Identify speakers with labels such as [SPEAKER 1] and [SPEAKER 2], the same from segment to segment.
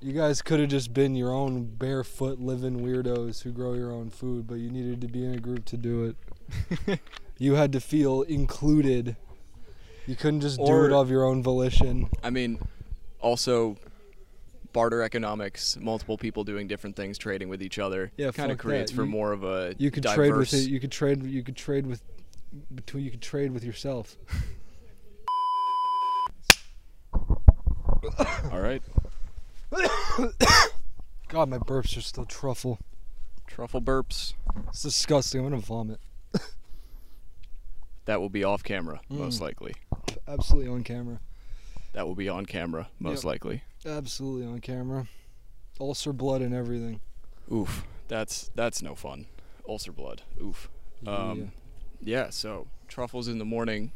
[SPEAKER 1] You guys could have just been your own barefoot living weirdos who grow your own food, but you needed to be in a group to do it. you had to feel included. You couldn't just
[SPEAKER 2] Or-
[SPEAKER 1] do it of your own volition.
[SPEAKER 2] I mean, also barter economics, multiple people doing different things, trading with each other.
[SPEAKER 1] Yeah, fuck
[SPEAKER 2] kind of creates
[SPEAKER 1] that.
[SPEAKER 2] for
[SPEAKER 1] You-
[SPEAKER 2] more of a
[SPEAKER 1] You could trade
[SPEAKER 2] diverse.
[SPEAKER 1] with it. You could trade. You could trade with between. You could trade with yourself.
[SPEAKER 2] All right,
[SPEAKER 1] God, my burps are still truffle.
[SPEAKER 2] truffle burps.
[SPEAKER 1] It's disgusting. I'm gonna vomit.
[SPEAKER 2] That will be off camera, most
[SPEAKER 1] Mm.
[SPEAKER 2] likely.
[SPEAKER 1] Absolutely on camera.
[SPEAKER 2] That will be on camera, most
[SPEAKER 1] Yep.
[SPEAKER 2] likely.
[SPEAKER 1] Absolutely on camera. Ulcer blood and everything.
[SPEAKER 2] Oof, that's that's no fun. Ulcer blood. Oof. Um, yeah. So truffles in the morning,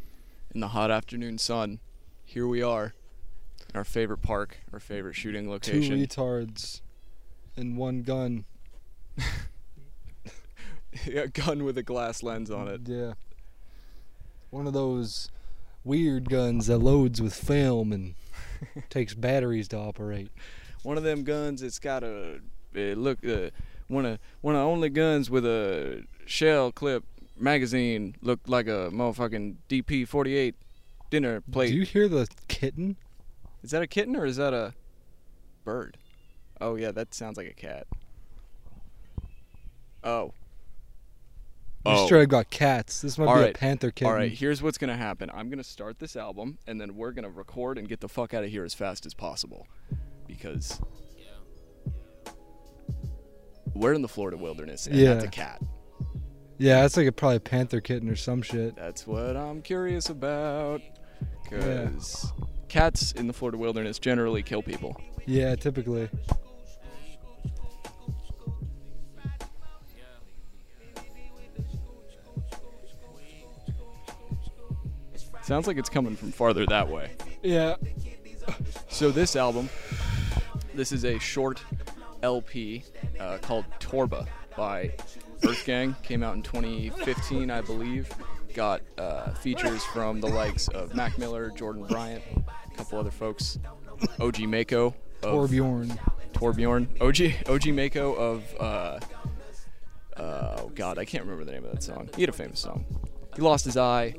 [SPEAKER 2] in the hot afternoon sun. Here we are, in our favorite park, our favorite shooting
[SPEAKER 1] Two
[SPEAKER 2] location.
[SPEAKER 1] retards and one gun.
[SPEAKER 2] a gun with a glass lens on it.
[SPEAKER 1] Yeah. One of those weird guns that loads with film and takes batteries to operate.
[SPEAKER 2] one of them guns it's got a it look uh, one of one of the only guns with a shell clip magazine looked like a motherfucking DP 48 dinner plate.
[SPEAKER 1] Do you hear the kitten?
[SPEAKER 2] is that a kitten or is that a bird? Oh yeah, that sounds like a cat. Oh.
[SPEAKER 1] You straight got cats. This might be
[SPEAKER 2] Alright.
[SPEAKER 1] a panther kitten.
[SPEAKER 2] All right, here's what's going to happen. I'm going to start this album and then we're going to record and get the fuck out of here as fast as possible because we're in the Florida wilderness and that's a
[SPEAKER 1] Yeah.
[SPEAKER 2] cat.
[SPEAKER 1] Yeah, that's like a, probably a panther kitten or some shit.
[SPEAKER 2] That's what I'm curious about cuz cats in the Florida wilderness generally kill people.
[SPEAKER 1] Yeah, typically.
[SPEAKER 2] Sounds like it's coming from farther that way.
[SPEAKER 1] Yeah.
[SPEAKER 2] So this album, this is a short LP uh, called Torba by Earth Gang. Came out in 2015, I believe. Got uh, features from the likes of Mac Miller, Jordan Bryant, a couple other folks. OG Mako of
[SPEAKER 1] Torbjorn.
[SPEAKER 2] Torbjorn. OG OG Mako of uh, oh god, I can't remember the name of that song. He had a famous song. He lost his eye.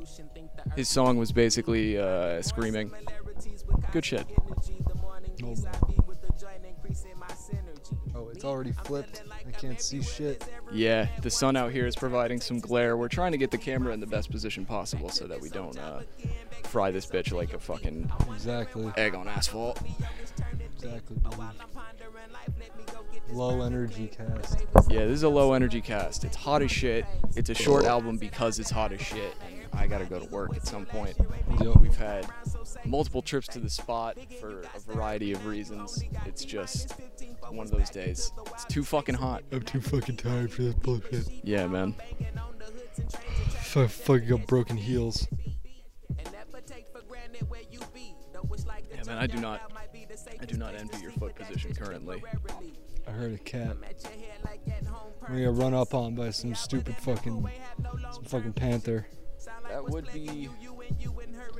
[SPEAKER 2] His song was basically uh, screaming. Good shit.
[SPEAKER 1] Oh. oh, it's already flipped. I can't see shit.
[SPEAKER 2] Yeah, the sun out here is providing some glare. We're trying to get the camera in the best position possible so that we don't uh, fry this bitch like a fucking
[SPEAKER 1] Exactly.
[SPEAKER 2] egg on asphalt.
[SPEAKER 1] Exactly. dude. Low energy cast.
[SPEAKER 2] Yeah, this is a low energy cast. It's hot as shit. It's a short album because it's hot as shit. And I gotta go to work at some point.
[SPEAKER 1] Yup.
[SPEAKER 2] We've had multiple trips to the spot for a variety of reasons. It's just one of those days. It's too fucking hot.
[SPEAKER 1] I'm too fucking tired for this bullshit.
[SPEAKER 2] Yeah, man.
[SPEAKER 1] So I fucking got broken heels.
[SPEAKER 2] Yeah, man. I do not. I do not envy your foot position currently.
[SPEAKER 1] I heard a cat. I'm gonna get run up on by some stupid fucking, some fucking panther.
[SPEAKER 2] That would be.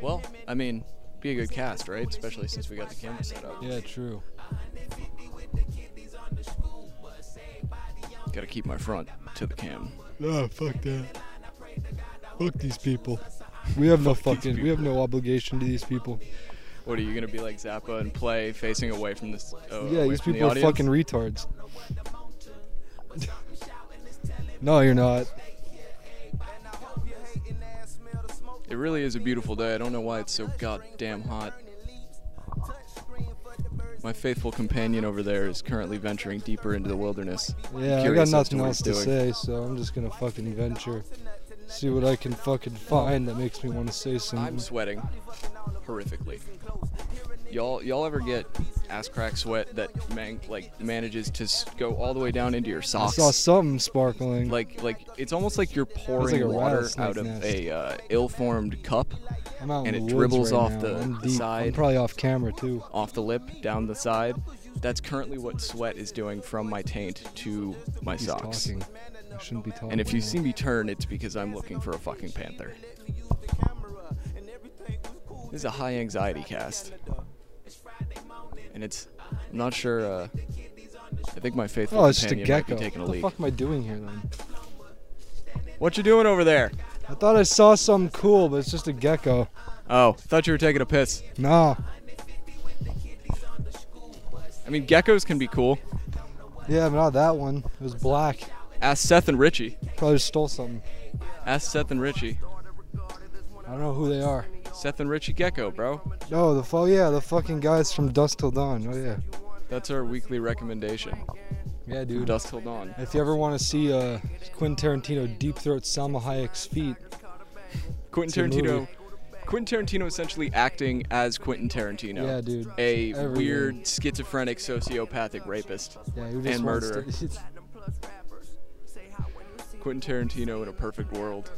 [SPEAKER 2] Well, I mean, be a good cast, right? Especially since we got the camera set up.
[SPEAKER 1] Yeah, true.
[SPEAKER 2] Gotta keep my front to the cam.
[SPEAKER 1] Nah, fuck that. Fuck these people. We have no fucking, we have no obligation to these people.
[SPEAKER 2] What are you gonna be like Zappa and play facing away from this? Uh,
[SPEAKER 1] yeah,
[SPEAKER 2] away
[SPEAKER 1] these
[SPEAKER 2] from the
[SPEAKER 1] people are
[SPEAKER 2] audience?
[SPEAKER 1] fucking retards. no, you're not.
[SPEAKER 2] It really is a beautiful day. I don't know why it's so goddamn hot. My faithful companion over there is currently venturing deeper into the wilderness. I'm
[SPEAKER 1] Yeah, I got
[SPEAKER 2] curious as
[SPEAKER 1] nothing
[SPEAKER 2] what
[SPEAKER 1] else
[SPEAKER 2] he's
[SPEAKER 1] to
[SPEAKER 2] doing.
[SPEAKER 1] say, so I'm just gonna fucking venture. See what I can fucking find that makes me want to say
[SPEAKER 2] I'm
[SPEAKER 1] something.
[SPEAKER 2] sweating horrifically. Y'all, y'all ever get ass crack sweat that man, like manages to s- go all the way down into your
[SPEAKER 1] I
[SPEAKER 2] socks?
[SPEAKER 1] saw something sparkling.
[SPEAKER 2] like, like it's almost like you're
[SPEAKER 1] like
[SPEAKER 2] pouring
[SPEAKER 1] a
[SPEAKER 2] water
[SPEAKER 1] rattlesnake
[SPEAKER 2] out of
[SPEAKER 1] nest.
[SPEAKER 2] a uh, ill-formed cup
[SPEAKER 1] I'm out in
[SPEAKER 2] and
[SPEAKER 1] the
[SPEAKER 2] it
[SPEAKER 1] woods
[SPEAKER 2] dribbles
[SPEAKER 1] right
[SPEAKER 2] off
[SPEAKER 1] now.
[SPEAKER 2] the
[SPEAKER 1] I'm deep. I'm
[SPEAKER 2] side.
[SPEAKER 1] probably off camera too.
[SPEAKER 2] off the lip down the side. That's currently what sweat is doing from my taint to my
[SPEAKER 1] He's
[SPEAKER 2] socks.
[SPEAKER 1] talking. Oh, I shouldn't be talking.
[SPEAKER 2] And if you
[SPEAKER 1] now.
[SPEAKER 2] see me turn, it's because I'm looking for a fucking panther. This is a high anxiety cast. And it's I'm not sure. Uh, I think my faithful
[SPEAKER 1] Oh, it's just a
[SPEAKER 2] companion might be
[SPEAKER 1] gecko.
[SPEAKER 2] taking a
[SPEAKER 1] what the
[SPEAKER 2] leak.
[SPEAKER 1] fuck am I doing here then?
[SPEAKER 2] What you doing over there?
[SPEAKER 1] I thought I saw something cool, but it's just a gecko.
[SPEAKER 2] Oh, thought you were taking a piss.
[SPEAKER 1] Nah.
[SPEAKER 2] I mean, geckos can be cool.
[SPEAKER 1] Yeah, but not that one. It was black.
[SPEAKER 2] Ask Seth and Richie.
[SPEAKER 1] Probably just stole something.
[SPEAKER 2] Ask Seth and Richie.
[SPEAKER 1] I don't know who they are.
[SPEAKER 2] Seth and Richie Gecko, bro.
[SPEAKER 1] No, the fu- oh yeah, the fucking guys from Dusk Till Dawn. Oh yeah.
[SPEAKER 2] That's our weekly recommendation.
[SPEAKER 1] Yeah,
[SPEAKER 2] From
[SPEAKER 1] dude.
[SPEAKER 2] dusk till dawn.
[SPEAKER 1] If you ever want to see uh, Quentin Tarantino deep throat Salma Hayek's feet,
[SPEAKER 2] Quentin
[SPEAKER 1] It's a
[SPEAKER 2] Tarantino.
[SPEAKER 1] movie.
[SPEAKER 2] Quentin Tarantino essentially acting as Quentin Tarantino.
[SPEAKER 1] yeah, dude.
[SPEAKER 2] A
[SPEAKER 1] Everything.
[SPEAKER 2] weird schizophrenic sociopathic rapist.
[SPEAKER 1] Yeah, who just
[SPEAKER 2] and
[SPEAKER 1] wants
[SPEAKER 2] murderer.
[SPEAKER 1] To,
[SPEAKER 2] Quentin Tarantino in a perfect world.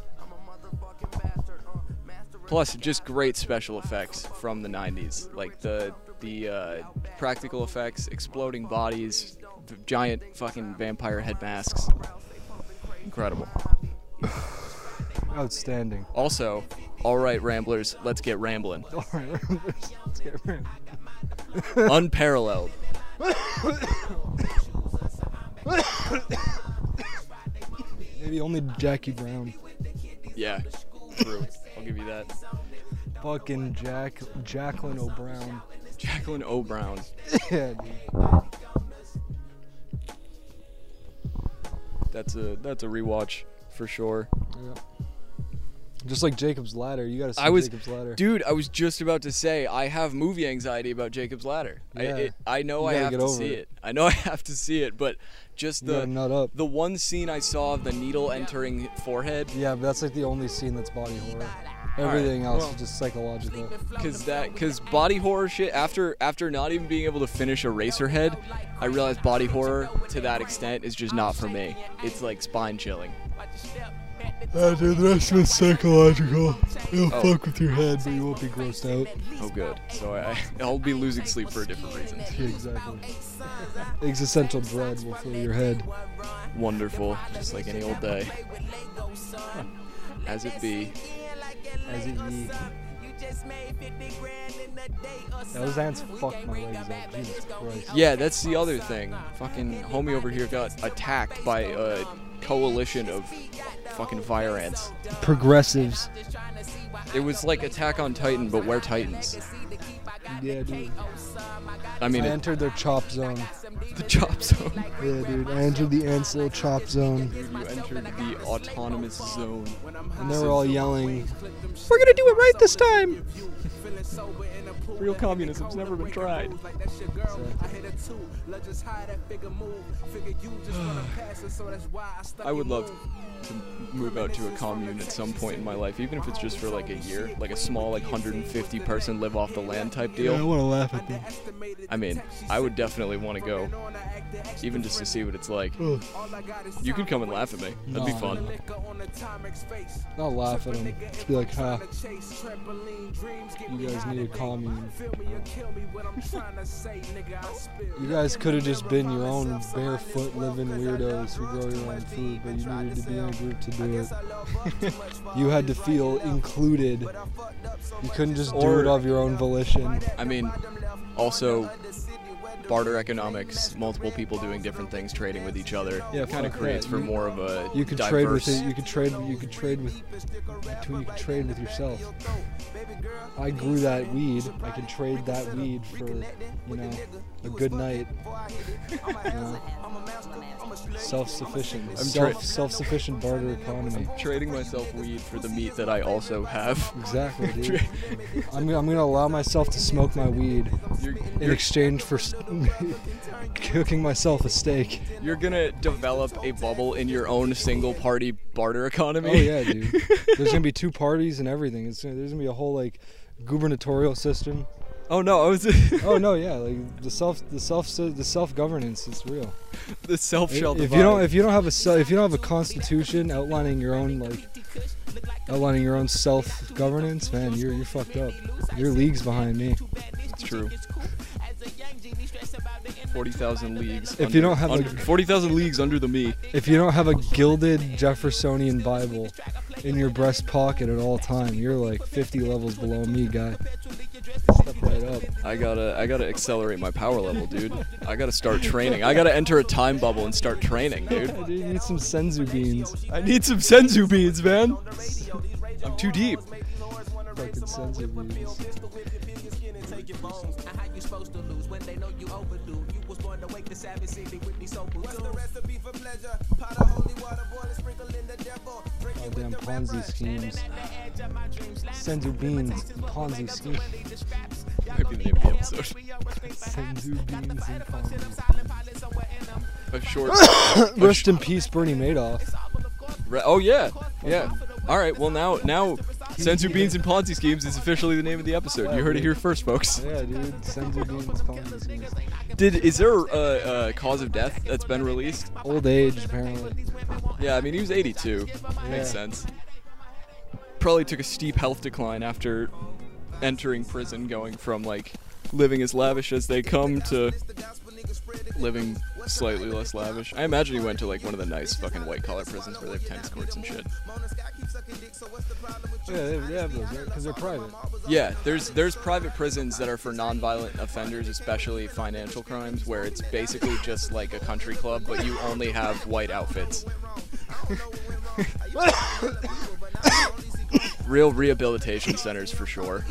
[SPEAKER 2] Plus, just great special effects from the 90s, like the the uh, practical effects, exploding bodies, the giant fucking vampire head masks. Incredible.
[SPEAKER 1] outstanding.
[SPEAKER 2] Also, all right, Ramblers, let's get rambling.
[SPEAKER 1] All right, let's get rid of it.
[SPEAKER 2] Unparalleled.
[SPEAKER 1] Maybe only Jackie Brown.
[SPEAKER 2] Yeah, true. I'll give you that.
[SPEAKER 1] Fucking Jack Jacqueline O'Brown.
[SPEAKER 2] Jacqueline O'Brown.
[SPEAKER 1] yeah, dude.
[SPEAKER 2] That's a that's a rewatch for sure.
[SPEAKER 1] Yeah. Just like Jacob's Ladder, you gotta see
[SPEAKER 2] I was-
[SPEAKER 1] Jacob's Ladder.
[SPEAKER 2] Dude, I was just about to say I have movie anxiety about Jacob's Ladder. I,
[SPEAKER 1] Yeah.
[SPEAKER 2] it, I know
[SPEAKER 1] You
[SPEAKER 2] I
[SPEAKER 1] gotta
[SPEAKER 2] have
[SPEAKER 1] get
[SPEAKER 2] to
[SPEAKER 1] over
[SPEAKER 2] see
[SPEAKER 1] it.
[SPEAKER 2] it. I know I have to see it, but just
[SPEAKER 1] you gotta
[SPEAKER 2] the
[SPEAKER 1] nut up.
[SPEAKER 2] the one scene I saw of the needle entering forehead,
[SPEAKER 1] Yeah, but that's like the only scene that's body horror. Everything else
[SPEAKER 2] well-
[SPEAKER 1] is just psychological.
[SPEAKER 2] cause that cause body horror shit. After after not even being able to finish Eraserhead, I realized body horror to that extent is just not for me. It's like spine chilling.
[SPEAKER 1] Uh, dude, the rest of it's psychological. It'll
[SPEAKER 2] Oh.
[SPEAKER 1] fuck with your head, but you won't be grossed out.
[SPEAKER 2] Oh good. So I I'll be losing sleep for a different reason.
[SPEAKER 1] Yeah, exactly. Existential dread will fill your head.
[SPEAKER 2] Wonderful, just like any old day. As it be.
[SPEAKER 1] As it ye. Those ants fucked my legs up. Jesus Christ.
[SPEAKER 2] Yeah, that's the other thing. Fucking homie over here got attacked by a coalition of fucking fire ants.
[SPEAKER 1] Progressives.
[SPEAKER 2] It was like Attack on Titan, but we're Titans.
[SPEAKER 1] Yeah, dude.
[SPEAKER 2] I mean,
[SPEAKER 1] I
[SPEAKER 2] it,
[SPEAKER 1] entered their chop zone.
[SPEAKER 2] the chop zone.
[SPEAKER 1] Yeah, dude. I entered the ants' little chop zone.
[SPEAKER 2] You entered the autonomous zone.
[SPEAKER 1] And they were all yelling,
[SPEAKER 2] We're gonna do it right this time! Real communism's never been tried. I would love to move out to a commune at some point in my life, even if it's just for like a year, like a small, like 150 person live off the land type deal.
[SPEAKER 1] I want to laugh at them.
[SPEAKER 2] I mean, I would definitely want to go, even just to see what it's like.
[SPEAKER 1] Ugh.
[SPEAKER 2] You could come and laugh at me. That'd be
[SPEAKER 1] No.
[SPEAKER 2] fun.
[SPEAKER 1] Not laugh at them. Just be like, ha. You guys need a commune. You guys could have just been your own barefoot living weirdos who grow your own food, but you needed to be in a group to do it. You had to feel included. You couldn't just do
[SPEAKER 2] Or-
[SPEAKER 1] it of your own volition.
[SPEAKER 2] I mean, also barter economics, multiple people doing different things, trading with each other.
[SPEAKER 1] Yeah,
[SPEAKER 2] kind of
[SPEAKER 1] fuck
[SPEAKER 2] creates
[SPEAKER 1] that.
[SPEAKER 2] for
[SPEAKER 1] You-
[SPEAKER 2] more of a
[SPEAKER 1] You could
[SPEAKER 2] diverse.
[SPEAKER 1] trade with it. You could trade. You could trade with. Between you could trade with yourself. I grew that weed. I can trade that weed for, you know, a good night. You know? Self-sufficient.
[SPEAKER 2] I'm
[SPEAKER 1] Self,
[SPEAKER 2] tra-
[SPEAKER 1] self-sufficient barter economy.
[SPEAKER 2] Trading myself weed for the meat that I also have.
[SPEAKER 1] Exactly, dude. I'm, gonna- I'm gonna allow myself to smoke my weed
[SPEAKER 2] You're,
[SPEAKER 1] in
[SPEAKER 2] you're,
[SPEAKER 1] exchange for s- cooking myself a steak.
[SPEAKER 2] you're gonna develop a bubble in your own single party barter economy.
[SPEAKER 1] Oh yeah, dude. There's gonna be two parties and everything. It's gonna, there's gonna be a whole like gubernatorial system.
[SPEAKER 2] Oh no, I was
[SPEAKER 1] Oh no, yeah, like the self, the self, the self governance is real.
[SPEAKER 2] the self
[SPEAKER 1] If
[SPEAKER 2] shall
[SPEAKER 1] if
[SPEAKER 2] divide.
[SPEAKER 1] you don't, if you don't have a, se- if you don't have a constitution outlining your own like, outlining your own self governance, man, you're you're fucked up. Your league's behind me.
[SPEAKER 2] It's true. Forty thousand leagues.
[SPEAKER 1] If you
[SPEAKER 2] under-
[SPEAKER 1] don't have a-
[SPEAKER 2] under- forty thousand leagues under the me,
[SPEAKER 1] If you don't have a gilded Jeffersonian Bible in your breast pocket at all time, you're like 50 levels below me, guy. Step right that up.
[SPEAKER 2] I gotta I gotta accelerate my power level, dude. I gotta start training. I gotta enter a time bubble and start training, dude.
[SPEAKER 1] I do need some senzu beans.
[SPEAKER 2] I need some senzu beans, man. I'm too deep.
[SPEAKER 1] Fucking senzu beans. Oh, damn Ponzi schemes. Senzu beans and Ponzi schemes.
[SPEAKER 2] Might be the name of the episode.
[SPEAKER 1] Senzu beans and Ponzi.
[SPEAKER 2] A short.
[SPEAKER 1] Rest in peace, Bernie Madoff.
[SPEAKER 2] re- oh yeah, yeah. All right. Well now now, senzu beans and Ponzi schemes is officially the name of the episode. You heard it here first, folks.
[SPEAKER 1] Yeah, dude. Senzu beans, Ponzi schemes.
[SPEAKER 2] Did is there a, a cause of death that's been released?
[SPEAKER 1] Old age, apparently.
[SPEAKER 2] Yeah, I mean he was 82.
[SPEAKER 1] Yeah.
[SPEAKER 2] Makes sense. Probably took a steep health decline after entering prison, going from like living as lavish as they come to living slightly less lavish. I imagine he went to like one of the nice fucking white collar prisons where they have tennis courts and shit.
[SPEAKER 1] Yeah, they they have those, right? Because they're private.
[SPEAKER 2] Yeah, there's there's private prisons that are for nonviolent offenders, especially financial crimes, where it's basically just like a country club, but you only have white outfits. Real rehabilitation centers for sure.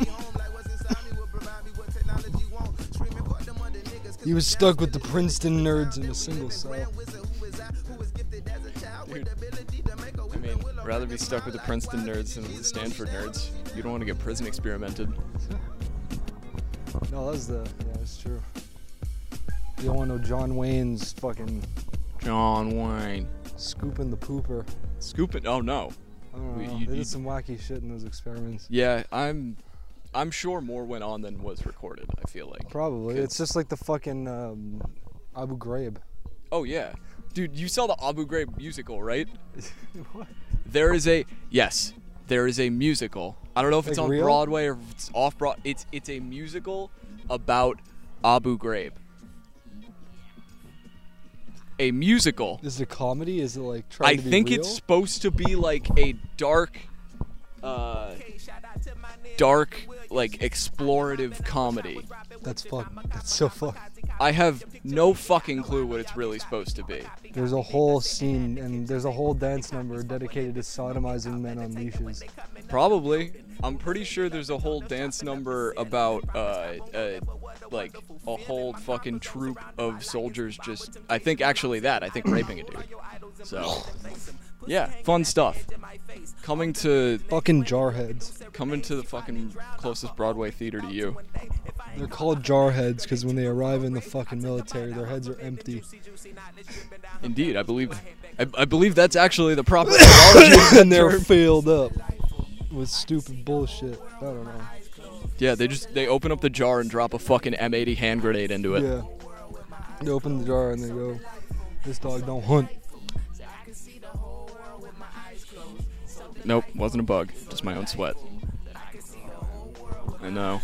[SPEAKER 1] He was stuck with the Princeton nerds in a single cell.
[SPEAKER 2] Dude, I mean, rather be stuck with the Princeton nerds than with the Stanford nerds. You don't want to get prison experimented.
[SPEAKER 1] No, that's the. Yeah, that's true. You don't want no John Wayne's fucking
[SPEAKER 2] John Wayne.
[SPEAKER 1] scooping the pooper.
[SPEAKER 2] Scooping. Oh no.
[SPEAKER 1] I don't
[SPEAKER 2] We-
[SPEAKER 1] know.
[SPEAKER 2] you-
[SPEAKER 1] they
[SPEAKER 2] you-
[SPEAKER 1] did some wacky shit in those experiments.
[SPEAKER 2] Yeah, I'm. I'm sure more went on than was recorded. I feel like.
[SPEAKER 1] Probably.
[SPEAKER 2] Good.
[SPEAKER 1] It's just like the fucking um, Abu Ghraib.
[SPEAKER 2] Oh yeah, dude, you saw the Abu Ghraib musical, right?
[SPEAKER 1] what?
[SPEAKER 2] There is a yes, there is a musical. I don't know if it's
[SPEAKER 1] Like
[SPEAKER 2] on
[SPEAKER 1] real?
[SPEAKER 2] Broadway or if it's off Broad. It's it's a musical about Abu Ghraib. A musical.
[SPEAKER 1] Is it a comedy? Is it like trying
[SPEAKER 2] I
[SPEAKER 1] to be
[SPEAKER 2] think
[SPEAKER 1] real?
[SPEAKER 2] it's supposed to be like a dark, uh, dark like explorative comedy.
[SPEAKER 1] That's fuck. That's so fuck.
[SPEAKER 2] I have no fucking clue what it's really supposed to be.
[SPEAKER 1] There's a whole scene and there's a whole dance number dedicated to sodomizing men on leashes.
[SPEAKER 2] Probably. I'm pretty sure there's a whole dance number about uh, uh like a whole fucking troop of soldiers just I think actually that I think raping a dude. So yeah, fun stuff. Coming to
[SPEAKER 1] Fucking jarheads.
[SPEAKER 2] coming to the fucking closest Broadway theater to you.
[SPEAKER 1] They're called jarheads because when they arrive in the fucking military, their heads are empty.
[SPEAKER 2] Indeed, I believe I, I believe that's actually the proper terminology.
[SPEAKER 1] and they're filled up with stupid bullshit. I don't know.
[SPEAKER 2] Yeah, they just they open up the jar and drop a fucking M80 hand grenade into it.
[SPEAKER 1] Yeah. They open the jar and they go, this dog don't hunt.
[SPEAKER 2] Nope, wasn't a bug. Just my own sweat. I know.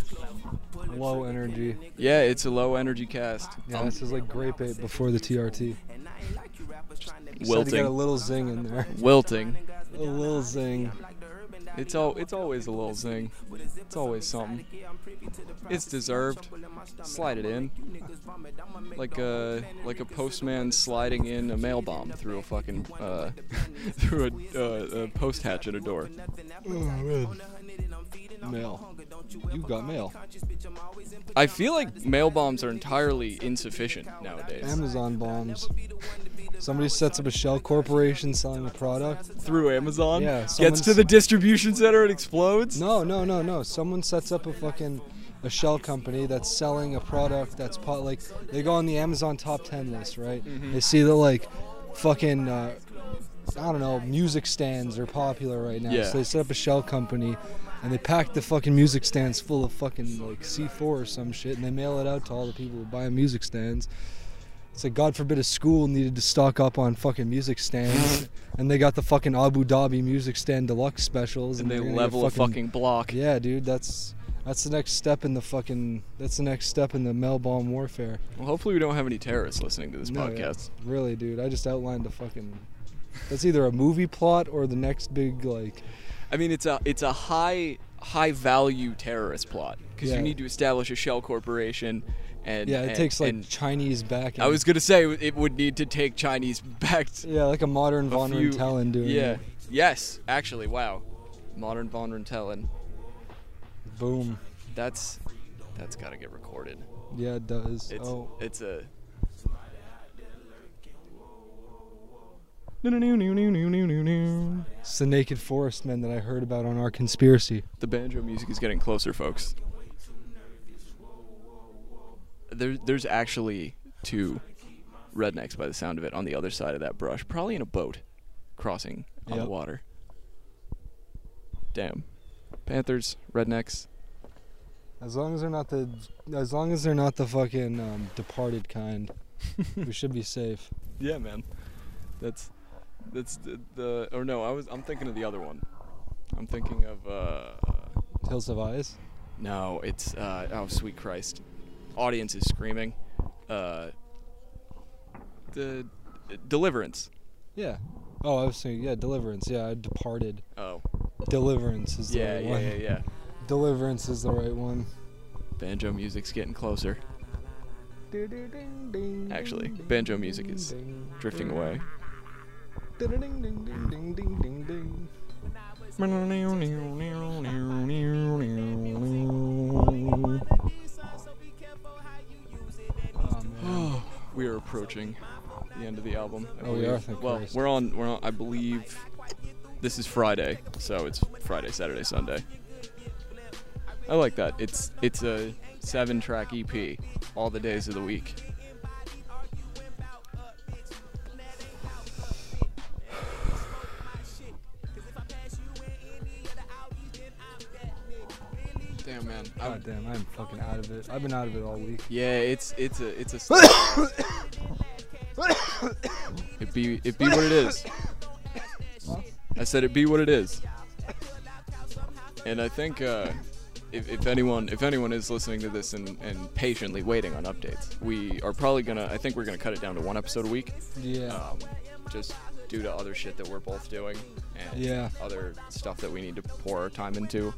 [SPEAKER 1] Low energy.
[SPEAKER 2] Yeah, it's a low energy cast.
[SPEAKER 1] Yeah,
[SPEAKER 2] I'm
[SPEAKER 1] this is like grape ape before the TRT. Said to get a
[SPEAKER 2] wilting.
[SPEAKER 1] little zing in there.
[SPEAKER 2] Wilting.
[SPEAKER 1] A little zing.
[SPEAKER 2] It's all it's always a little zing. It's always something. It's deserved. Slide it in. Like a like a postman sliding in a mail bomb through a fucking uh through a, uh, a post hatch at a door.
[SPEAKER 1] Mail. You got mail.
[SPEAKER 2] I feel like mail bombs are entirely insufficient nowadays.
[SPEAKER 1] Amazon bombs. Somebody sets up a shell corporation selling a product.
[SPEAKER 2] Through Amazon,
[SPEAKER 1] Yeah,
[SPEAKER 2] gets to
[SPEAKER 1] someone's-
[SPEAKER 2] the distribution center and explodes.
[SPEAKER 1] No, no, no, no. Someone sets up a fucking a shell company that's selling a product that's pot like they go on the Amazon top ten list, right?
[SPEAKER 2] Mm-hmm.
[SPEAKER 1] They see the like fucking uh, I don't know music stands are popular right now,
[SPEAKER 2] Yeah.
[SPEAKER 1] so they set up a shell company. And they pack the fucking music stands full of fucking like C4 or some shit, and they mail it out to all the people who buy music stands. It's like God forbid a school needed to stock up on fucking music stands, and they got the fucking Abu Dhabi music stand deluxe specials,
[SPEAKER 2] And they
[SPEAKER 1] they're gonna get
[SPEAKER 2] level a fucking block.
[SPEAKER 1] yeah, dude, that's that's the next step in the fucking that's the next step in the mail bomb warfare.
[SPEAKER 2] Well, hopefully we don't have any terrorists listening to this
[SPEAKER 1] No, yeah,
[SPEAKER 2] podcast.
[SPEAKER 1] really, dude, I just outlined a fucking that's either a movie plot or the next big like
[SPEAKER 2] I mean, it's a it's a high high value terrorist plot because
[SPEAKER 1] Yeah.
[SPEAKER 2] you need to establish a shell corporation and
[SPEAKER 1] Yeah, it
[SPEAKER 2] and-
[SPEAKER 1] takes like
[SPEAKER 2] and
[SPEAKER 1] Chinese back.
[SPEAKER 2] I was gonna say it would need to take Chinese backed
[SPEAKER 1] yeah, like a modern
[SPEAKER 2] a
[SPEAKER 1] Von
[SPEAKER 2] few-
[SPEAKER 1] Rintelen doing
[SPEAKER 2] yeah.
[SPEAKER 1] it.
[SPEAKER 2] Yes, actually, wow, modern Von Rintelen.
[SPEAKER 1] Boom.
[SPEAKER 2] That's that's gotta get recorded.
[SPEAKER 1] Yeah, it does.
[SPEAKER 2] It's
[SPEAKER 1] oh,
[SPEAKER 2] it's a.
[SPEAKER 1] it's the naked forest men that I heard about on our conspiracy.
[SPEAKER 2] The banjo music is getting closer, folks. There, there's actually two rednecks by the sound of it on the other side of that brush, probably in a boat crossing on
[SPEAKER 1] Yep.
[SPEAKER 2] the water. Damn. Panthers, rednecks.
[SPEAKER 1] As long as they're not the, as long as they're not the fucking um, departed kind, we should be safe.
[SPEAKER 2] Yeah, man. That's that's the, the or no, I was I'm thinking of the other one. I'm thinking of uh
[SPEAKER 1] Tales of Eyes.
[SPEAKER 2] No, it's uh, oh sweet Christ, audience is screaming. Uh, the Deliverance.
[SPEAKER 1] Yeah. Oh, I was saying yeah, Deliverance. Yeah, I departed.
[SPEAKER 2] Oh,
[SPEAKER 1] Deliverance is the
[SPEAKER 2] yeah,
[SPEAKER 1] right
[SPEAKER 2] yeah,
[SPEAKER 1] one.
[SPEAKER 2] yeah, yeah.
[SPEAKER 1] Deliverance is the right one.
[SPEAKER 2] Banjo music's getting closer. Actually, banjo music is drifting away.
[SPEAKER 1] Um,
[SPEAKER 2] uh,
[SPEAKER 1] Oh, man.
[SPEAKER 2] we are approaching the end of the album. I
[SPEAKER 1] Oh, we are,
[SPEAKER 2] believe.
[SPEAKER 1] thank
[SPEAKER 2] Well,
[SPEAKER 1] Christ.
[SPEAKER 2] we're on. We're on. I believe this is Friday, so it's Friday, Saturday, Sunday. I like that. It's it's a seven-track EP, all the days of the week. Damn man,
[SPEAKER 1] God damn, I'm fucking out of it. I've been out of it all week.
[SPEAKER 2] yeah, it's it's a it's a. slow- it be it be what it is. I said it be what it is. And I think uh, if, if anyone if anyone is listening to this and, and patiently waiting on updates, we are probably gonna I think we're gonna cut it down to one episode a week,
[SPEAKER 1] Yeah.
[SPEAKER 2] um, just due to other shit that we're both doing and
[SPEAKER 1] Yeah.
[SPEAKER 2] other stuff that we need to pour our time into.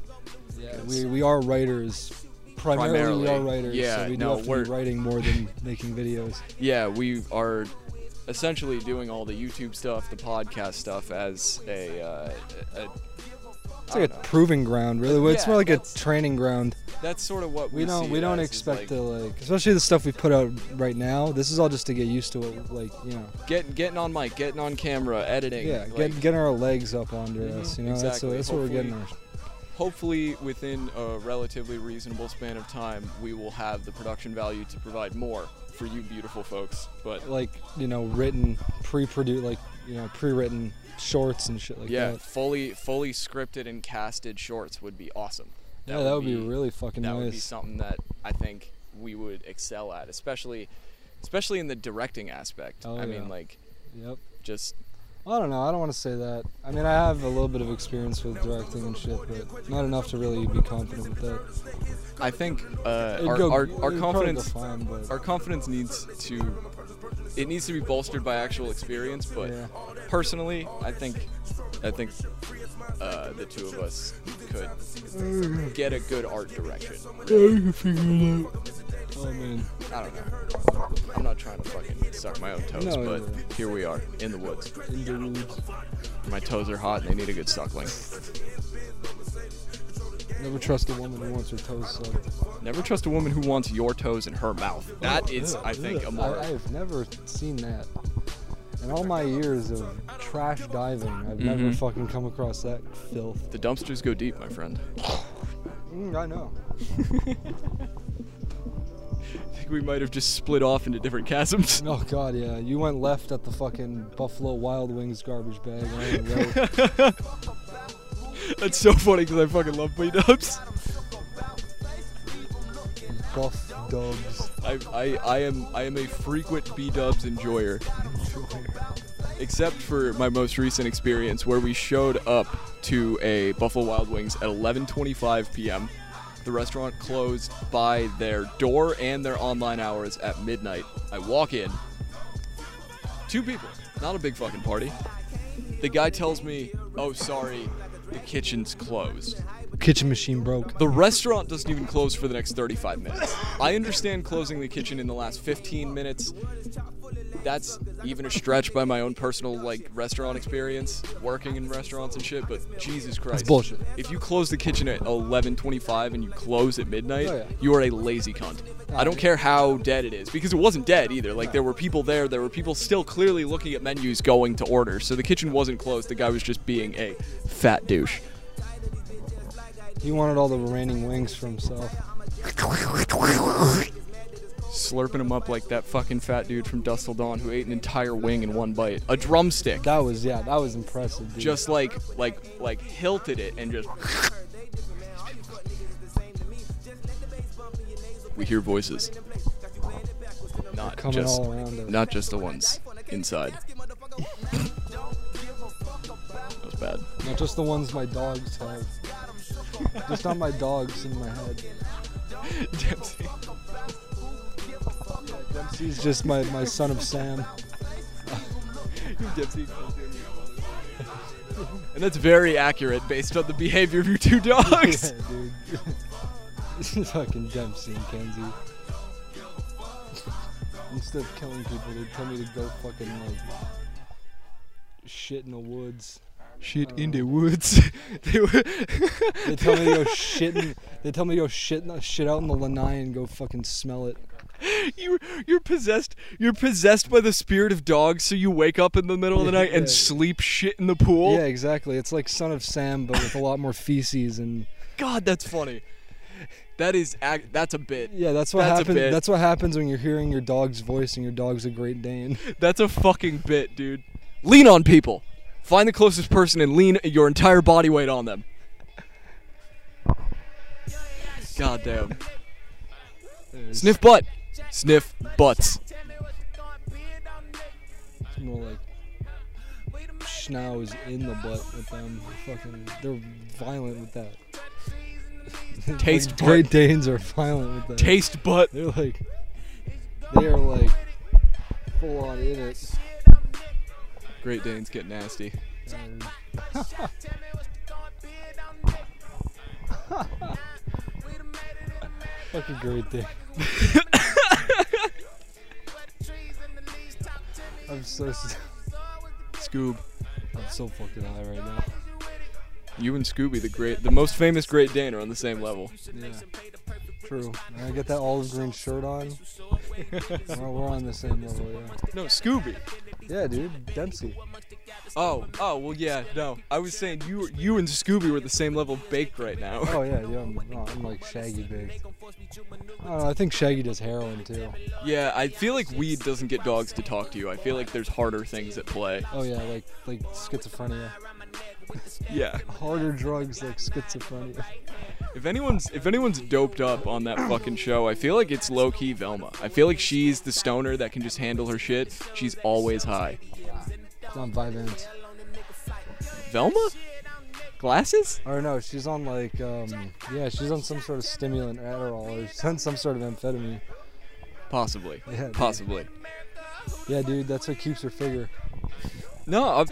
[SPEAKER 1] yeah.
[SPEAKER 2] it's-
[SPEAKER 1] We, we are writers. Primarily, we are
[SPEAKER 2] Primarily.
[SPEAKER 1] writers.
[SPEAKER 2] Yeah,
[SPEAKER 1] so we do
[SPEAKER 2] no,
[SPEAKER 1] have to
[SPEAKER 2] we're-
[SPEAKER 1] be writing more than making videos.
[SPEAKER 2] yeah, we are essentially doing all the YouTube stuff, the podcast stuff as a, uh, a,
[SPEAKER 1] It's
[SPEAKER 2] a I
[SPEAKER 1] like a
[SPEAKER 2] don't know.
[SPEAKER 1] proving ground, really. Well, it's
[SPEAKER 2] Yeah,
[SPEAKER 1] more like a
[SPEAKER 2] that's-
[SPEAKER 1] training ground.
[SPEAKER 2] that's sort of what we,
[SPEAKER 1] We don't
[SPEAKER 2] see
[SPEAKER 1] we
[SPEAKER 2] it
[SPEAKER 1] don't
[SPEAKER 2] as, is
[SPEAKER 1] expect
[SPEAKER 2] like
[SPEAKER 1] to like, especially the stuff we put out right now. This is all just to get used to it, like you know.
[SPEAKER 2] getting getting on mic, getting on camera, editing.
[SPEAKER 1] Yeah,
[SPEAKER 2] like,
[SPEAKER 1] get, getting our legs up under
[SPEAKER 2] Mm-hmm.
[SPEAKER 1] us, you know.
[SPEAKER 2] Exactly.
[SPEAKER 1] That's, that's what we're getting. Our,
[SPEAKER 2] Hopefully- hopefully within a relatively reasonable span of time, we will have the production value to provide more for you beautiful folks. But
[SPEAKER 1] like you know, written, pre-produced, like you know, pre-written shorts and shit like
[SPEAKER 2] yeah,
[SPEAKER 1] that.
[SPEAKER 2] fully fully scripted and casted shorts would be awesome.
[SPEAKER 1] yeah, that would be, really fucking
[SPEAKER 2] that
[SPEAKER 1] nice.
[SPEAKER 2] would be something that I think we would excel at, especially especially in the directing aspect.
[SPEAKER 1] Oh,
[SPEAKER 2] I
[SPEAKER 1] yeah.
[SPEAKER 2] mean, like
[SPEAKER 1] Yep.
[SPEAKER 2] just
[SPEAKER 1] I don't know. I don't want to say that. I mean, I have a little bit of experience with directing and shit, but not enough to really be confident with that.
[SPEAKER 2] I think uh,
[SPEAKER 1] It'd
[SPEAKER 2] our,
[SPEAKER 1] go-
[SPEAKER 2] our
[SPEAKER 1] it'd
[SPEAKER 2] our
[SPEAKER 1] probably go
[SPEAKER 2] confidence
[SPEAKER 1] fine, but-
[SPEAKER 2] our confidence needs to it needs to be bolstered by actual experience. But
[SPEAKER 1] Yeah.
[SPEAKER 2] personally, I think I think uh, the two of us could get a good art direction.
[SPEAKER 1] Yeah, you can figure it out. Oh man.
[SPEAKER 2] I don't know. I'm not trying to fucking suck my own toes,
[SPEAKER 1] No,
[SPEAKER 2] but
[SPEAKER 1] yeah.
[SPEAKER 2] here we are in the woods.
[SPEAKER 1] In the woods.
[SPEAKER 2] My toes are hot and they need a good suckling.
[SPEAKER 1] Never trust a woman who wants her toes sucked.
[SPEAKER 2] Never trust a woman who wants your toes in her mouth. That is, I think, a moral.
[SPEAKER 1] I, have never seen that. In all my years of trash diving, I've never
[SPEAKER 2] Mhm.
[SPEAKER 1] fucking come across that filth.
[SPEAKER 2] The dumpsters go deep, my friend.
[SPEAKER 1] Mm, I know.
[SPEAKER 2] I think we might have just split off into different chasms.
[SPEAKER 1] Oh god, yeah. You went left at the fucking Buffalo Wild Wings garbage bag. I went right.
[SPEAKER 2] That's so funny because I fucking love B dubs.
[SPEAKER 1] Buff dubs.
[SPEAKER 2] I, I, I am I am a frequent B dubs enjoyer, except for my most recent experience where we showed up to a Buffalo Wild Wings at 11:25 p.m. The restaurant closed by their door and their online hours at midnight. I walk in, two people, not a big fucking party. The guy tells me, "Oh, sorry, the kitchen's closed."
[SPEAKER 1] kitchen machine broke.
[SPEAKER 2] The restaurant doesn't even close for the next 35 minutes. I understand closing the kitchen in the last 15 minutes. That's even a stretch by my own personal like restaurant experience, working in restaurants and shit. But Jesus Christ,
[SPEAKER 1] bullshit.
[SPEAKER 2] If you close the kitchen at 11:25 and you close at midnight,
[SPEAKER 1] Oh, yeah.
[SPEAKER 2] you are a lazy cunt. I don't care how dead it is because it wasn't dead either. Like there were people there, there were people still clearly looking at menus going to order. So the kitchen wasn't closed. The guy was just being a fat douche.
[SPEAKER 1] He wanted all the remaining wings for himself.
[SPEAKER 2] slurping him up like that fucking fat dude from Dust Till Dawn who ate an entire wing in one bite. A drumstick.
[SPEAKER 1] That was yeah, that was impressive. Dude.
[SPEAKER 2] Just like like like hilted it and just We hear voices. Not
[SPEAKER 1] coming
[SPEAKER 2] just
[SPEAKER 1] all around us.
[SPEAKER 2] not just the ones inside. that was bad.
[SPEAKER 1] Not just the ones my dogs have. just not my dogs in my head.
[SPEAKER 2] Dempsey.
[SPEAKER 1] Dempsey's just my, my son of Sam.
[SPEAKER 2] Dempsey. And that's very accurate based on the behavior of your two dogs.
[SPEAKER 1] Yeah, dude. Fucking Dempsey and Kenzie. Instead of killing people, they tell me to go fucking like shit in the woods.
[SPEAKER 2] Shit in the woods. they were
[SPEAKER 1] They tell me to go shit. In, they tell me to go shit in, shit out in the lanai and go fucking smell it.
[SPEAKER 2] you you're possessed you're possessed by the spirit of dogs so you wake up in the middle of the night and
[SPEAKER 1] Yeah.
[SPEAKER 2] sleep shit in the pool
[SPEAKER 1] Yeah, exactly. It's like Son of Sam, but with a lot more feces and
[SPEAKER 2] god that's funny that is ac- that's a bit
[SPEAKER 1] yeah. That's what
[SPEAKER 2] That's a
[SPEAKER 1] happens.
[SPEAKER 2] bit.
[SPEAKER 1] That's what happens when you're hearing your dog's voice and your dog's a Great Dane.
[SPEAKER 2] that's a fucking bit dude lean on people find the closest person and lean your entire body weight on them god damn sniff butt sniff butts
[SPEAKER 1] It's more like schnauz in the butt with them. Fucking, they're violent with that.
[SPEAKER 2] Taste
[SPEAKER 1] Like,
[SPEAKER 2] butt.
[SPEAKER 1] Great Danes are violent with that.
[SPEAKER 2] taste butt
[SPEAKER 1] They're like, they are like full on in it.
[SPEAKER 2] great danes get nasty
[SPEAKER 1] And fucking Great Dane. I'm so s-
[SPEAKER 2] scoob
[SPEAKER 1] I'm so fucking high right now.
[SPEAKER 2] You and Scooby, the great, the most famous Great Dane, are on the same level.
[SPEAKER 1] Yeah. True. And I get that olive green shirt on. we're, we're on the same level, yeah.
[SPEAKER 2] No, Scooby.
[SPEAKER 1] Yeah, dude. Dempsey.
[SPEAKER 2] Oh, oh, well, yeah, no. I was saying you, you and Scooby were the same level baked right now.
[SPEAKER 1] Oh yeah, yeah. I'm, no, I'm like Shaggy big. I don't know. I think Shaggy does heroin too.
[SPEAKER 2] Yeah, I feel like weed doesn't get dogs to talk to you. I feel like there's harder things at play.
[SPEAKER 1] Oh yeah, like like schizophrenia.
[SPEAKER 2] Yeah.
[SPEAKER 1] Harder drugs like schizophrenia.
[SPEAKER 2] If anyone's, if anyone's doped up on that fucking show, I feel like it's low key Velma. I feel like she's the stoner that can just handle her shit. She's always high.
[SPEAKER 1] She's on Vyvanse.
[SPEAKER 2] Velma? Glasses?
[SPEAKER 1] Or no, she's on like um yeah, she's on some sort of stimulant, Adderall, or she's on some sort of amphetamine.
[SPEAKER 2] Possibly.
[SPEAKER 1] Yeah, dude.
[SPEAKER 2] Possibly.
[SPEAKER 1] Yeah, dude, that's what keeps her figure.
[SPEAKER 2] No, I've,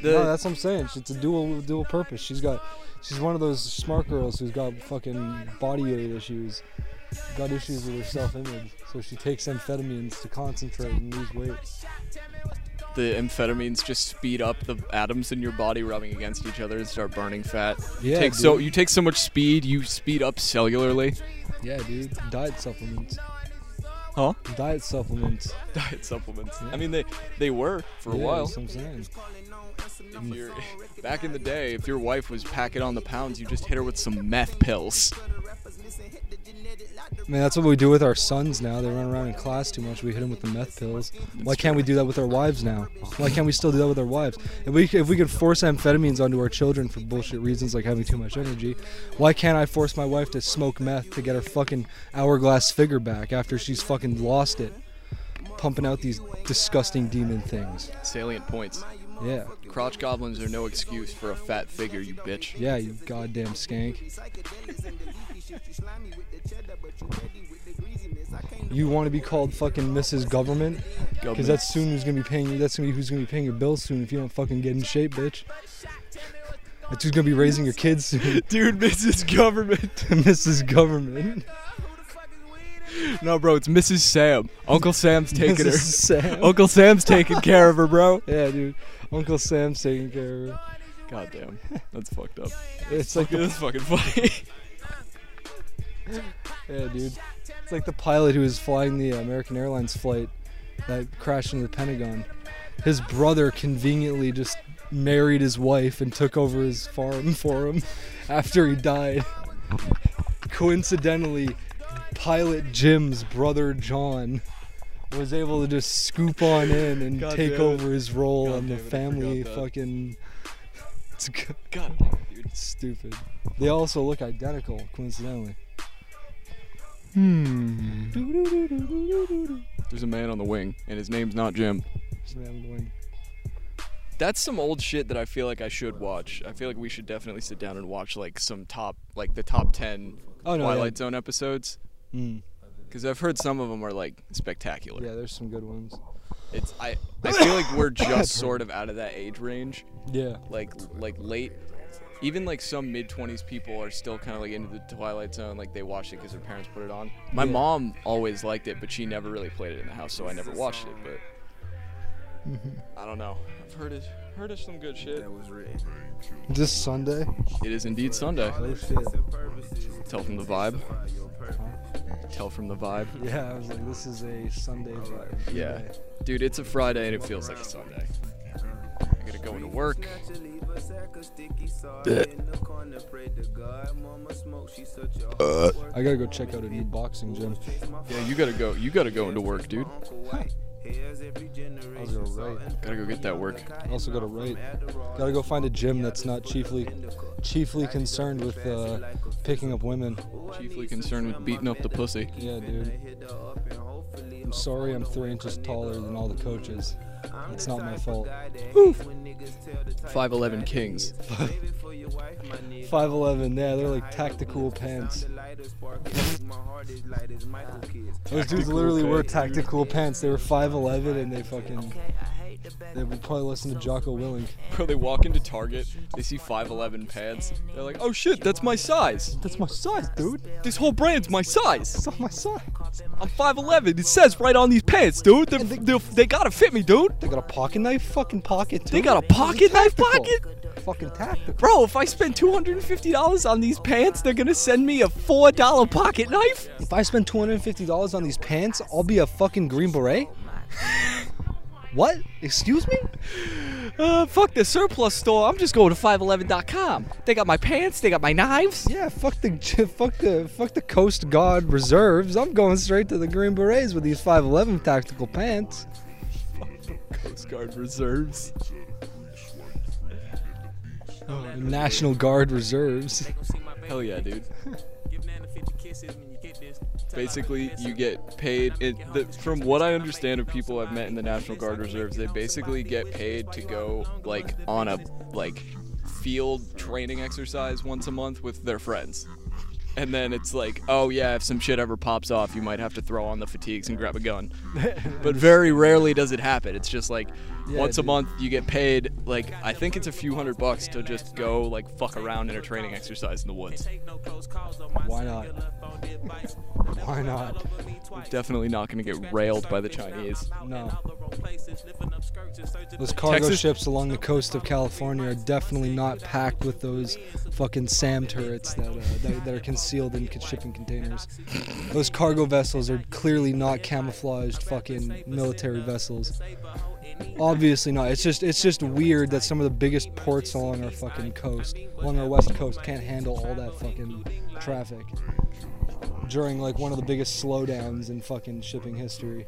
[SPEAKER 2] the
[SPEAKER 1] no, that's what I'm saying. It's a dual dual purpose. She's got, she's one of those smart girls who's got fucking body weight issues, got issues with her self-image. So she takes amphetamines to concentrate and lose weight.
[SPEAKER 2] the amphetamines just speed up the atoms in your body rubbing against each other and start burning fat.
[SPEAKER 1] Yeah,
[SPEAKER 2] Take so
[SPEAKER 1] dude.
[SPEAKER 2] you take so much speed, you speed up cellularly.
[SPEAKER 1] Yeah, dude. Diet supplements.
[SPEAKER 2] Huh?
[SPEAKER 1] Diet supplements.
[SPEAKER 2] Diet supplements. I mean they they were for a
[SPEAKER 1] Yeah,
[SPEAKER 2] while.
[SPEAKER 1] That's what I'm saying.
[SPEAKER 2] If you're, back in the day, if your wife was packing on the pounds, you just hit her with some meth pills.
[SPEAKER 1] Man, that's what we do with our sons now. They run around in class too much. We hit them with the meth pills. Why can't we do that with our wives now? Why can't we still do that with our wives? If we if we could force amphetamines onto our children for bullshit reasons like having too much energy, why can't I force my wife to smoke meth to get her fucking hourglass figure back after she's fucking lost it, pumping out these disgusting demon things?
[SPEAKER 2] Salient points.
[SPEAKER 1] Yeah,
[SPEAKER 2] Crotch goblins are no excuse for a fat figure, you bitch.
[SPEAKER 1] yeah, you goddamn skank. You want to be called fucking Mrs. Government? Because
[SPEAKER 2] Government.
[SPEAKER 1] that's soon who's gonna be paying you. That's gonna be who's gonna be paying your bills soon if you don't fucking get in shape, bitch. That's who's gonna be raising your kids soon.
[SPEAKER 2] Dude, Mrs. Government.
[SPEAKER 1] Mrs. Government.
[SPEAKER 2] No, bro, it's Mrs. Sam. Uncle Sam's
[SPEAKER 1] Mrs.
[SPEAKER 2] taking her.
[SPEAKER 1] Sam.
[SPEAKER 2] Uncle Sam's taking care of her, bro.
[SPEAKER 1] Yeah, dude. Uncle Sam's taking care of her.
[SPEAKER 2] God damn, that's fucked up.
[SPEAKER 1] It's like the,
[SPEAKER 2] That's fucking funny.
[SPEAKER 1] yeah, dude. It's like the pilot who was flying the American Airlines flight that crashed into the Pentagon. His brother conveniently just married his wife and took over his farm for him after he died. Coincidentally, pilot Jim's brother John was able to just scoop on in and
[SPEAKER 2] God
[SPEAKER 1] take
[SPEAKER 2] damn it.
[SPEAKER 1] over his role
[SPEAKER 2] God
[SPEAKER 1] on the
[SPEAKER 2] damn it, I
[SPEAKER 1] family
[SPEAKER 2] forgot that.
[SPEAKER 1] fucking. It's good.
[SPEAKER 2] God damn, dude.
[SPEAKER 1] Stupid. They also look identical, coincidentally.
[SPEAKER 2] Hmm. There's a man on the wing, and his name's not Jim.
[SPEAKER 1] Just rambling.
[SPEAKER 2] That's some old shit that I feel like I should watch. I feel like we should definitely sit down and watch like some top, like the top ten
[SPEAKER 1] Oh, no, yeah.
[SPEAKER 2] Twilight Zone episodes,
[SPEAKER 1] Mm.
[SPEAKER 2] because I've heard some of them are like spectacular.
[SPEAKER 1] Yeah, there's some good ones.
[SPEAKER 2] It's I, I feel like we're just sort of out of that age range.
[SPEAKER 1] Yeah.
[SPEAKER 2] like like late even like some mid 20s people are still kind of like into the twilight zone like they watched it because their parents put it on my
[SPEAKER 1] Yeah.
[SPEAKER 2] mom always liked it but she never really played it in the house so i never watched it but i don't know i've heard it heard of some good shit
[SPEAKER 1] This Sunday?
[SPEAKER 2] it is indeed sunday
[SPEAKER 1] Oh, shit.
[SPEAKER 2] tell from the vibe tell from the vibe
[SPEAKER 1] Yeah, I was like, this is a Sunday vibe.
[SPEAKER 2] yeah dude it's a friday and it feels like a sunday i gotta go into work
[SPEAKER 1] I gotta go check out a new boxing gym.
[SPEAKER 2] yeah you gotta go you gotta go into work dude
[SPEAKER 1] I was gonna write.
[SPEAKER 2] gotta go get that work
[SPEAKER 1] I also gotta write. Gotta go find a gym that's not chiefly chiefly concerned with uh, picking up women.
[SPEAKER 2] chiefly concerned with beating up the pussy
[SPEAKER 1] Yeah, dude. I'm sorry I'm three inches taller than all the coaches. It's not my fault.
[SPEAKER 2] 511 kings
[SPEAKER 1] 5'11, yeah, they're like tactical pants. Those dudes literally wear tactical pants. They were 5'11 and they fucking. They would probably listen to Jocko Willink.
[SPEAKER 2] Bro, they walk into Target, they see 5'11 pants. They're like, oh shit, that's my size.
[SPEAKER 1] That's my size, dude.
[SPEAKER 2] This whole brand's my size.
[SPEAKER 1] It's not my size.
[SPEAKER 2] I'm 5'11. It says right on these pants, dude. They, they, they gotta fit me, dude.
[SPEAKER 1] They got a pocket knife? Fucking pocket, too.
[SPEAKER 2] They got a pocket knife pocket?
[SPEAKER 1] Tactical. Fucking tactical.
[SPEAKER 2] Bro, if I spend $250 on these pants, they're gonna send me a $4 pocket knife?
[SPEAKER 1] If I spend $250 on these pants, I'll be a fucking Green Beret? what? Excuse me?
[SPEAKER 2] Uh, fuck this surplus store. I'm just going to 511.com. They got my pants, they got my knives.
[SPEAKER 1] Yeah, fuck the fuck the fuck the Coast Guard reserves. I'm going straight to the Green Berets with these 5'11 tactical pants.
[SPEAKER 2] Coast Guard reserves.
[SPEAKER 1] National Guard reserves.
[SPEAKER 2] Hell yeah, dude. basically, you get paid. It, the, from what I understand of people I've met in the National Guard reserves, they basically get paid to go like on a like field training exercise once a month with their friends. And then it's like, oh yeah, if some shit ever pops off, you might have to throw on the fatigues and grab a gun. but very rarely does it happen. It's just like
[SPEAKER 1] Yeah,
[SPEAKER 2] once a
[SPEAKER 1] dude.
[SPEAKER 2] month you get paid like I think it's a few hundred bucks to just go like fuck around in a training exercise in the woods.
[SPEAKER 1] Why not? Why not?
[SPEAKER 2] Definitely not going to get railed by the Chinese.
[SPEAKER 1] No. Those cargo
[SPEAKER 2] Texas-
[SPEAKER 1] ships along the coast of California are definitely not packed with those fucking SAM turrets that, uh, that, that are concealed in con- shipping containers. those cargo vessels are clearly not camouflaged fucking military vessels. Obviously not. It's just it's just weird that some of the biggest ports along our fucking coast, along our west coast, can't handle all that fucking traffic during like one of the biggest slowdowns in fucking shipping history.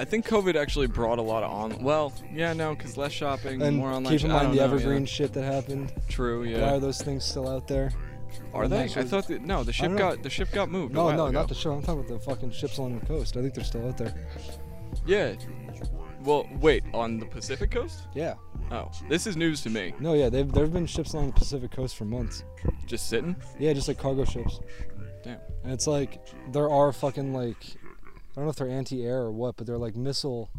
[SPEAKER 2] I think COVID actually brought a lot of on. Well, yeah, no, because less shopping,
[SPEAKER 1] And
[SPEAKER 2] more online.
[SPEAKER 1] keep in
[SPEAKER 2] shop- I
[SPEAKER 1] mind
[SPEAKER 2] don't
[SPEAKER 1] the
[SPEAKER 2] know,
[SPEAKER 1] evergreen
[SPEAKER 2] Yeah.
[SPEAKER 1] shit that happened.
[SPEAKER 2] True.
[SPEAKER 1] Why are
[SPEAKER 2] Yeah.
[SPEAKER 1] those things still out there?
[SPEAKER 2] Are
[SPEAKER 1] I'm
[SPEAKER 2] they?
[SPEAKER 1] not sure.
[SPEAKER 2] I thought that no. The ship
[SPEAKER 1] don't know.
[SPEAKER 2] got the ship got moved. a
[SPEAKER 1] No,
[SPEAKER 2] while
[SPEAKER 1] no,
[SPEAKER 2] ago.
[SPEAKER 1] not the show. I'm talking about the fucking ships along the coast. I think they're still out there.
[SPEAKER 2] Yeah. Well, wait. On the Pacific coast?
[SPEAKER 1] Yeah.
[SPEAKER 2] Oh, this is news to me.
[SPEAKER 1] No, yeah, they've, there have been ships along the Pacific coast for months.
[SPEAKER 2] Just sitting.
[SPEAKER 1] Yeah, just like cargo ships.
[SPEAKER 2] Damn.
[SPEAKER 1] And it's like, there are fucking like, I don't know if they're anti air or what, but they're like missile,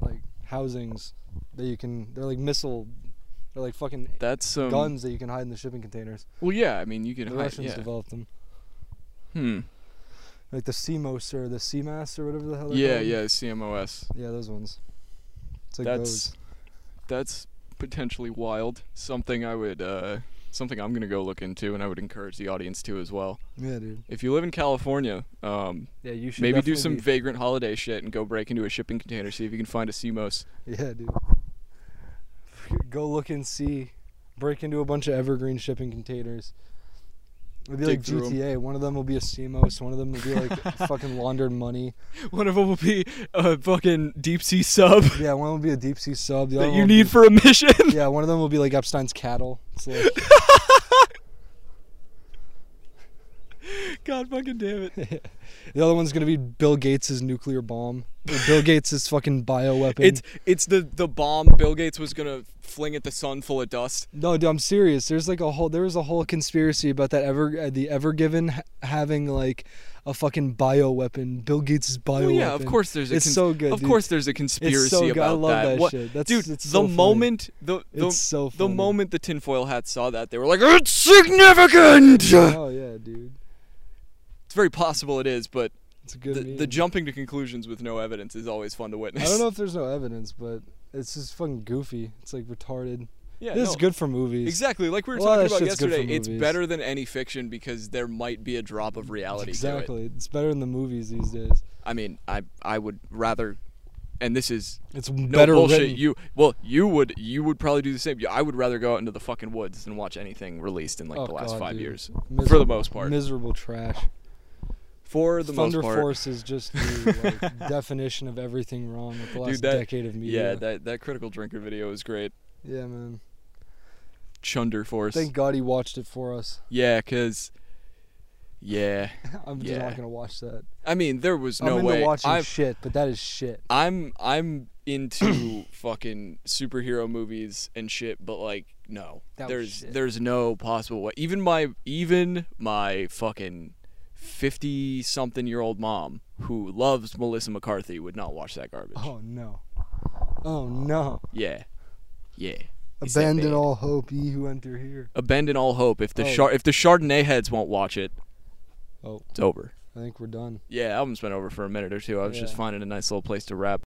[SPEAKER 1] like housings that you can, they're like missile They're like fucking
[SPEAKER 2] That's some
[SPEAKER 1] guns that you can hide in the shipping containers.
[SPEAKER 2] Well, yeah. I mean, you can
[SPEAKER 1] The
[SPEAKER 2] hide.
[SPEAKER 1] Russians
[SPEAKER 2] yeah.
[SPEAKER 1] developed them.
[SPEAKER 2] Hmm.
[SPEAKER 1] Like the CMOS or the CMAS or whatever the hell they're
[SPEAKER 2] Yeah,
[SPEAKER 1] called.
[SPEAKER 2] yeah. CMOS.
[SPEAKER 1] Yeah, those ones. It's like
[SPEAKER 2] that's
[SPEAKER 1] those.
[SPEAKER 2] that's potentially wild. Something I would uh, something I'm gonna go look into, and I would encourage the audience to as well.
[SPEAKER 1] Yeah, dude.
[SPEAKER 2] If you live in California, um,
[SPEAKER 1] Yeah, you should
[SPEAKER 2] maybe do some
[SPEAKER 1] definitely
[SPEAKER 2] vagrant holiday shit and go break into a shipping container, see if you can find a CMOS.
[SPEAKER 1] be- Yeah, dude. Go look and see. Break into a bunch of evergreen shipping containers. It'll be
[SPEAKER 2] Dig
[SPEAKER 1] like
[SPEAKER 2] through 'em.
[SPEAKER 1] GTA. One of them will be a CMOS. One of them will be like fucking laundered money.
[SPEAKER 2] One of them will be a fucking deep sea sub
[SPEAKER 1] Yeah, one will be a deep sea sub. The other
[SPEAKER 2] that
[SPEAKER 1] one
[SPEAKER 2] you
[SPEAKER 1] will
[SPEAKER 2] need for a mission.
[SPEAKER 1] be- Oh. yeah, one of them will be like Epstein's cattle. It's like,
[SPEAKER 2] God fucking damn it!
[SPEAKER 1] the other one's gonna be Bill Gates' nuclear bomb. Or Bill Gates' fucking bioweapon.
[SPEAKER 2] It's it's the the bomb Bill Gates was gonna fling at the sun full of dust.
[SPEAKER 1] No, dude, I'm serious. There's like a whole there was a whole conspiracy about that ever uh, the ever given ha- having like a fucking bioweapon, Bill Gates' bioweapon.
[SPEAKER 2] Well, yeah, of course there's a
[SPEAKER 1] It's
[SPEAKER 2] cons-
[SPEAKER 1] so good,
[SPEAKER 2] Of
[SPEAKER 1] dude.
[SPEAKER 2] course there's a conspiracy
[SPEAKER 1] It's so good.
[SPEAKER 2] about
[SPEAKER 1] I love that,
[SPEAKER 2] What-
[SPEAKER 1] shit. That's
[SPEAKER 2] Dude,
[SPEAKER 1] it's
[SPEAKER 2] the
[SPEAKER 1] so funny.
[SPEAKER 2] moment the the,
[SPEAKER 1] It's so
[SPEAKER 2] the
[SPEAKER 1] funny.
[SPEAKER 2] moment the tinfoil hat saw that, they were like, "It's significant."
[SPEAKER 1] Oh yeah, dude.
[SPEAKER 2] It's very possible it is, but
[SPEAKER 1] It's a good
[SPEAKER 2] the,
[SPEAKER 1] meme.
[SPEAKER 2] the jumping to conclusions with no evidence is always fun to witness.
[SPEAKER 1] I don't know if there's no evidence, but it's just fucking goofy. It's like retarded.
[SPEAKER 2] Yeah,
[SPEAKER 1] this
[SPEAKER 2] no,
[SPEAKER 1] is good for movies.
[SPEAKER 2] Exactly, like we were
[SPEAKER 1] A lot of
[SPEAKER 2] talking
[SPEAKER 1] that
[SPEAKER 2] about
[SPEAKER 1] shit's good for
[SPEAKER 2] yesterday, it's
[SPEAKER 1] movies.
[SPEAKER 2] better than any fiction because there might be a drop of reality to it.
[SPEAKER 1] Exactly. It's better than the movies these days.
[SPEAKER 2] I mean, I I would rather, and this is
[SPEAKER 1] It's
[SPEAKER 2] no
[SPEAKER 1] better
[SPEAKER 2] bullshit.
[SPEAKER 1] written.
[SPEAKER 2] You well, you would you would probably do the same. Yeah, I would rather go out into the fucking woods than watch anything released in like
[SPEAKER 1] Oh,
[SPEAKER 2] the last
[SPEAKER 1] God,
[SPEAKER 2] five
[SPEAKER 1] dude.
[SPEAKER 2] years, for the
[SPEAKER 1] Miserable-
[SPEAKER 2] most part.
[SPEAKER 1] Miserable trash.
[SPEAKER 2] for the
[SPEAKER 1] Thunder
[SPEAKER 2] most part,
[SPEAKER 1] Force is just the like, definition of everything wrong with the last
[SPEAKER 2] that-
[SPEAKER 1] decade of media.
[SPEAKER 2] yeah, that that critical drinker video is great.
[SPEAKER 1] yeah, man.
[SPEAKER 2] Chunder Force,
[SPEAKER 1] Thank God he watched it for us.
[SPEAKER 2] yeah, cause yeah,
[SPEAKER 1] I'm just
[SPEAKER 2] Yeah.
[SPEAKER 1] not gonna watch that.
[SPEAKER 2] I mean there was
[SPEAKER 1] I'm
[SPEAKER 2] no
[SPEAKER 1] into
[SPEAKER 2] way.
[SPEAKER 1] watching
[SPEAKER 2] I'm
[SPEAKER 1] shit, but that is shit.
[SPEAKER 2] I'm I'm into fucking superhero movies and shit, but like no,
[SPEAKER 1] That was
[SPEAKER 2] there's
[SPEAKER 1] shit.
[SPEAKER 2] there's no possible way. Even my even my fucking fifty something year old mom who loves Melissa McCarthy would not watch that garbage.
[SPEAKER 1] Oh no. Oh no.
[SPEAKER 2] Yeah, yeah. It's that
[SPEAKER 1] Abandon
[SPEAKER 2] bad.
[SPEAKER 1] all hope, ye who enter here.
[SPEAKER 2] Abandon all hope. If the
[SPEAKER 1] Oh.
[SPEAKER 2] Char- if the Chardonnay heads won't watch it,
[SPEAKER 1] Oh,
[SPEAKER 2] it's over.
[SPEAKER 1] I think we're done.
[SPEAKER 2] Yeah, album's been over for a minute or two. I was just
[SPEAKER 1] Yeah.
[SPEAKER 2] finding a nice little place to wrap.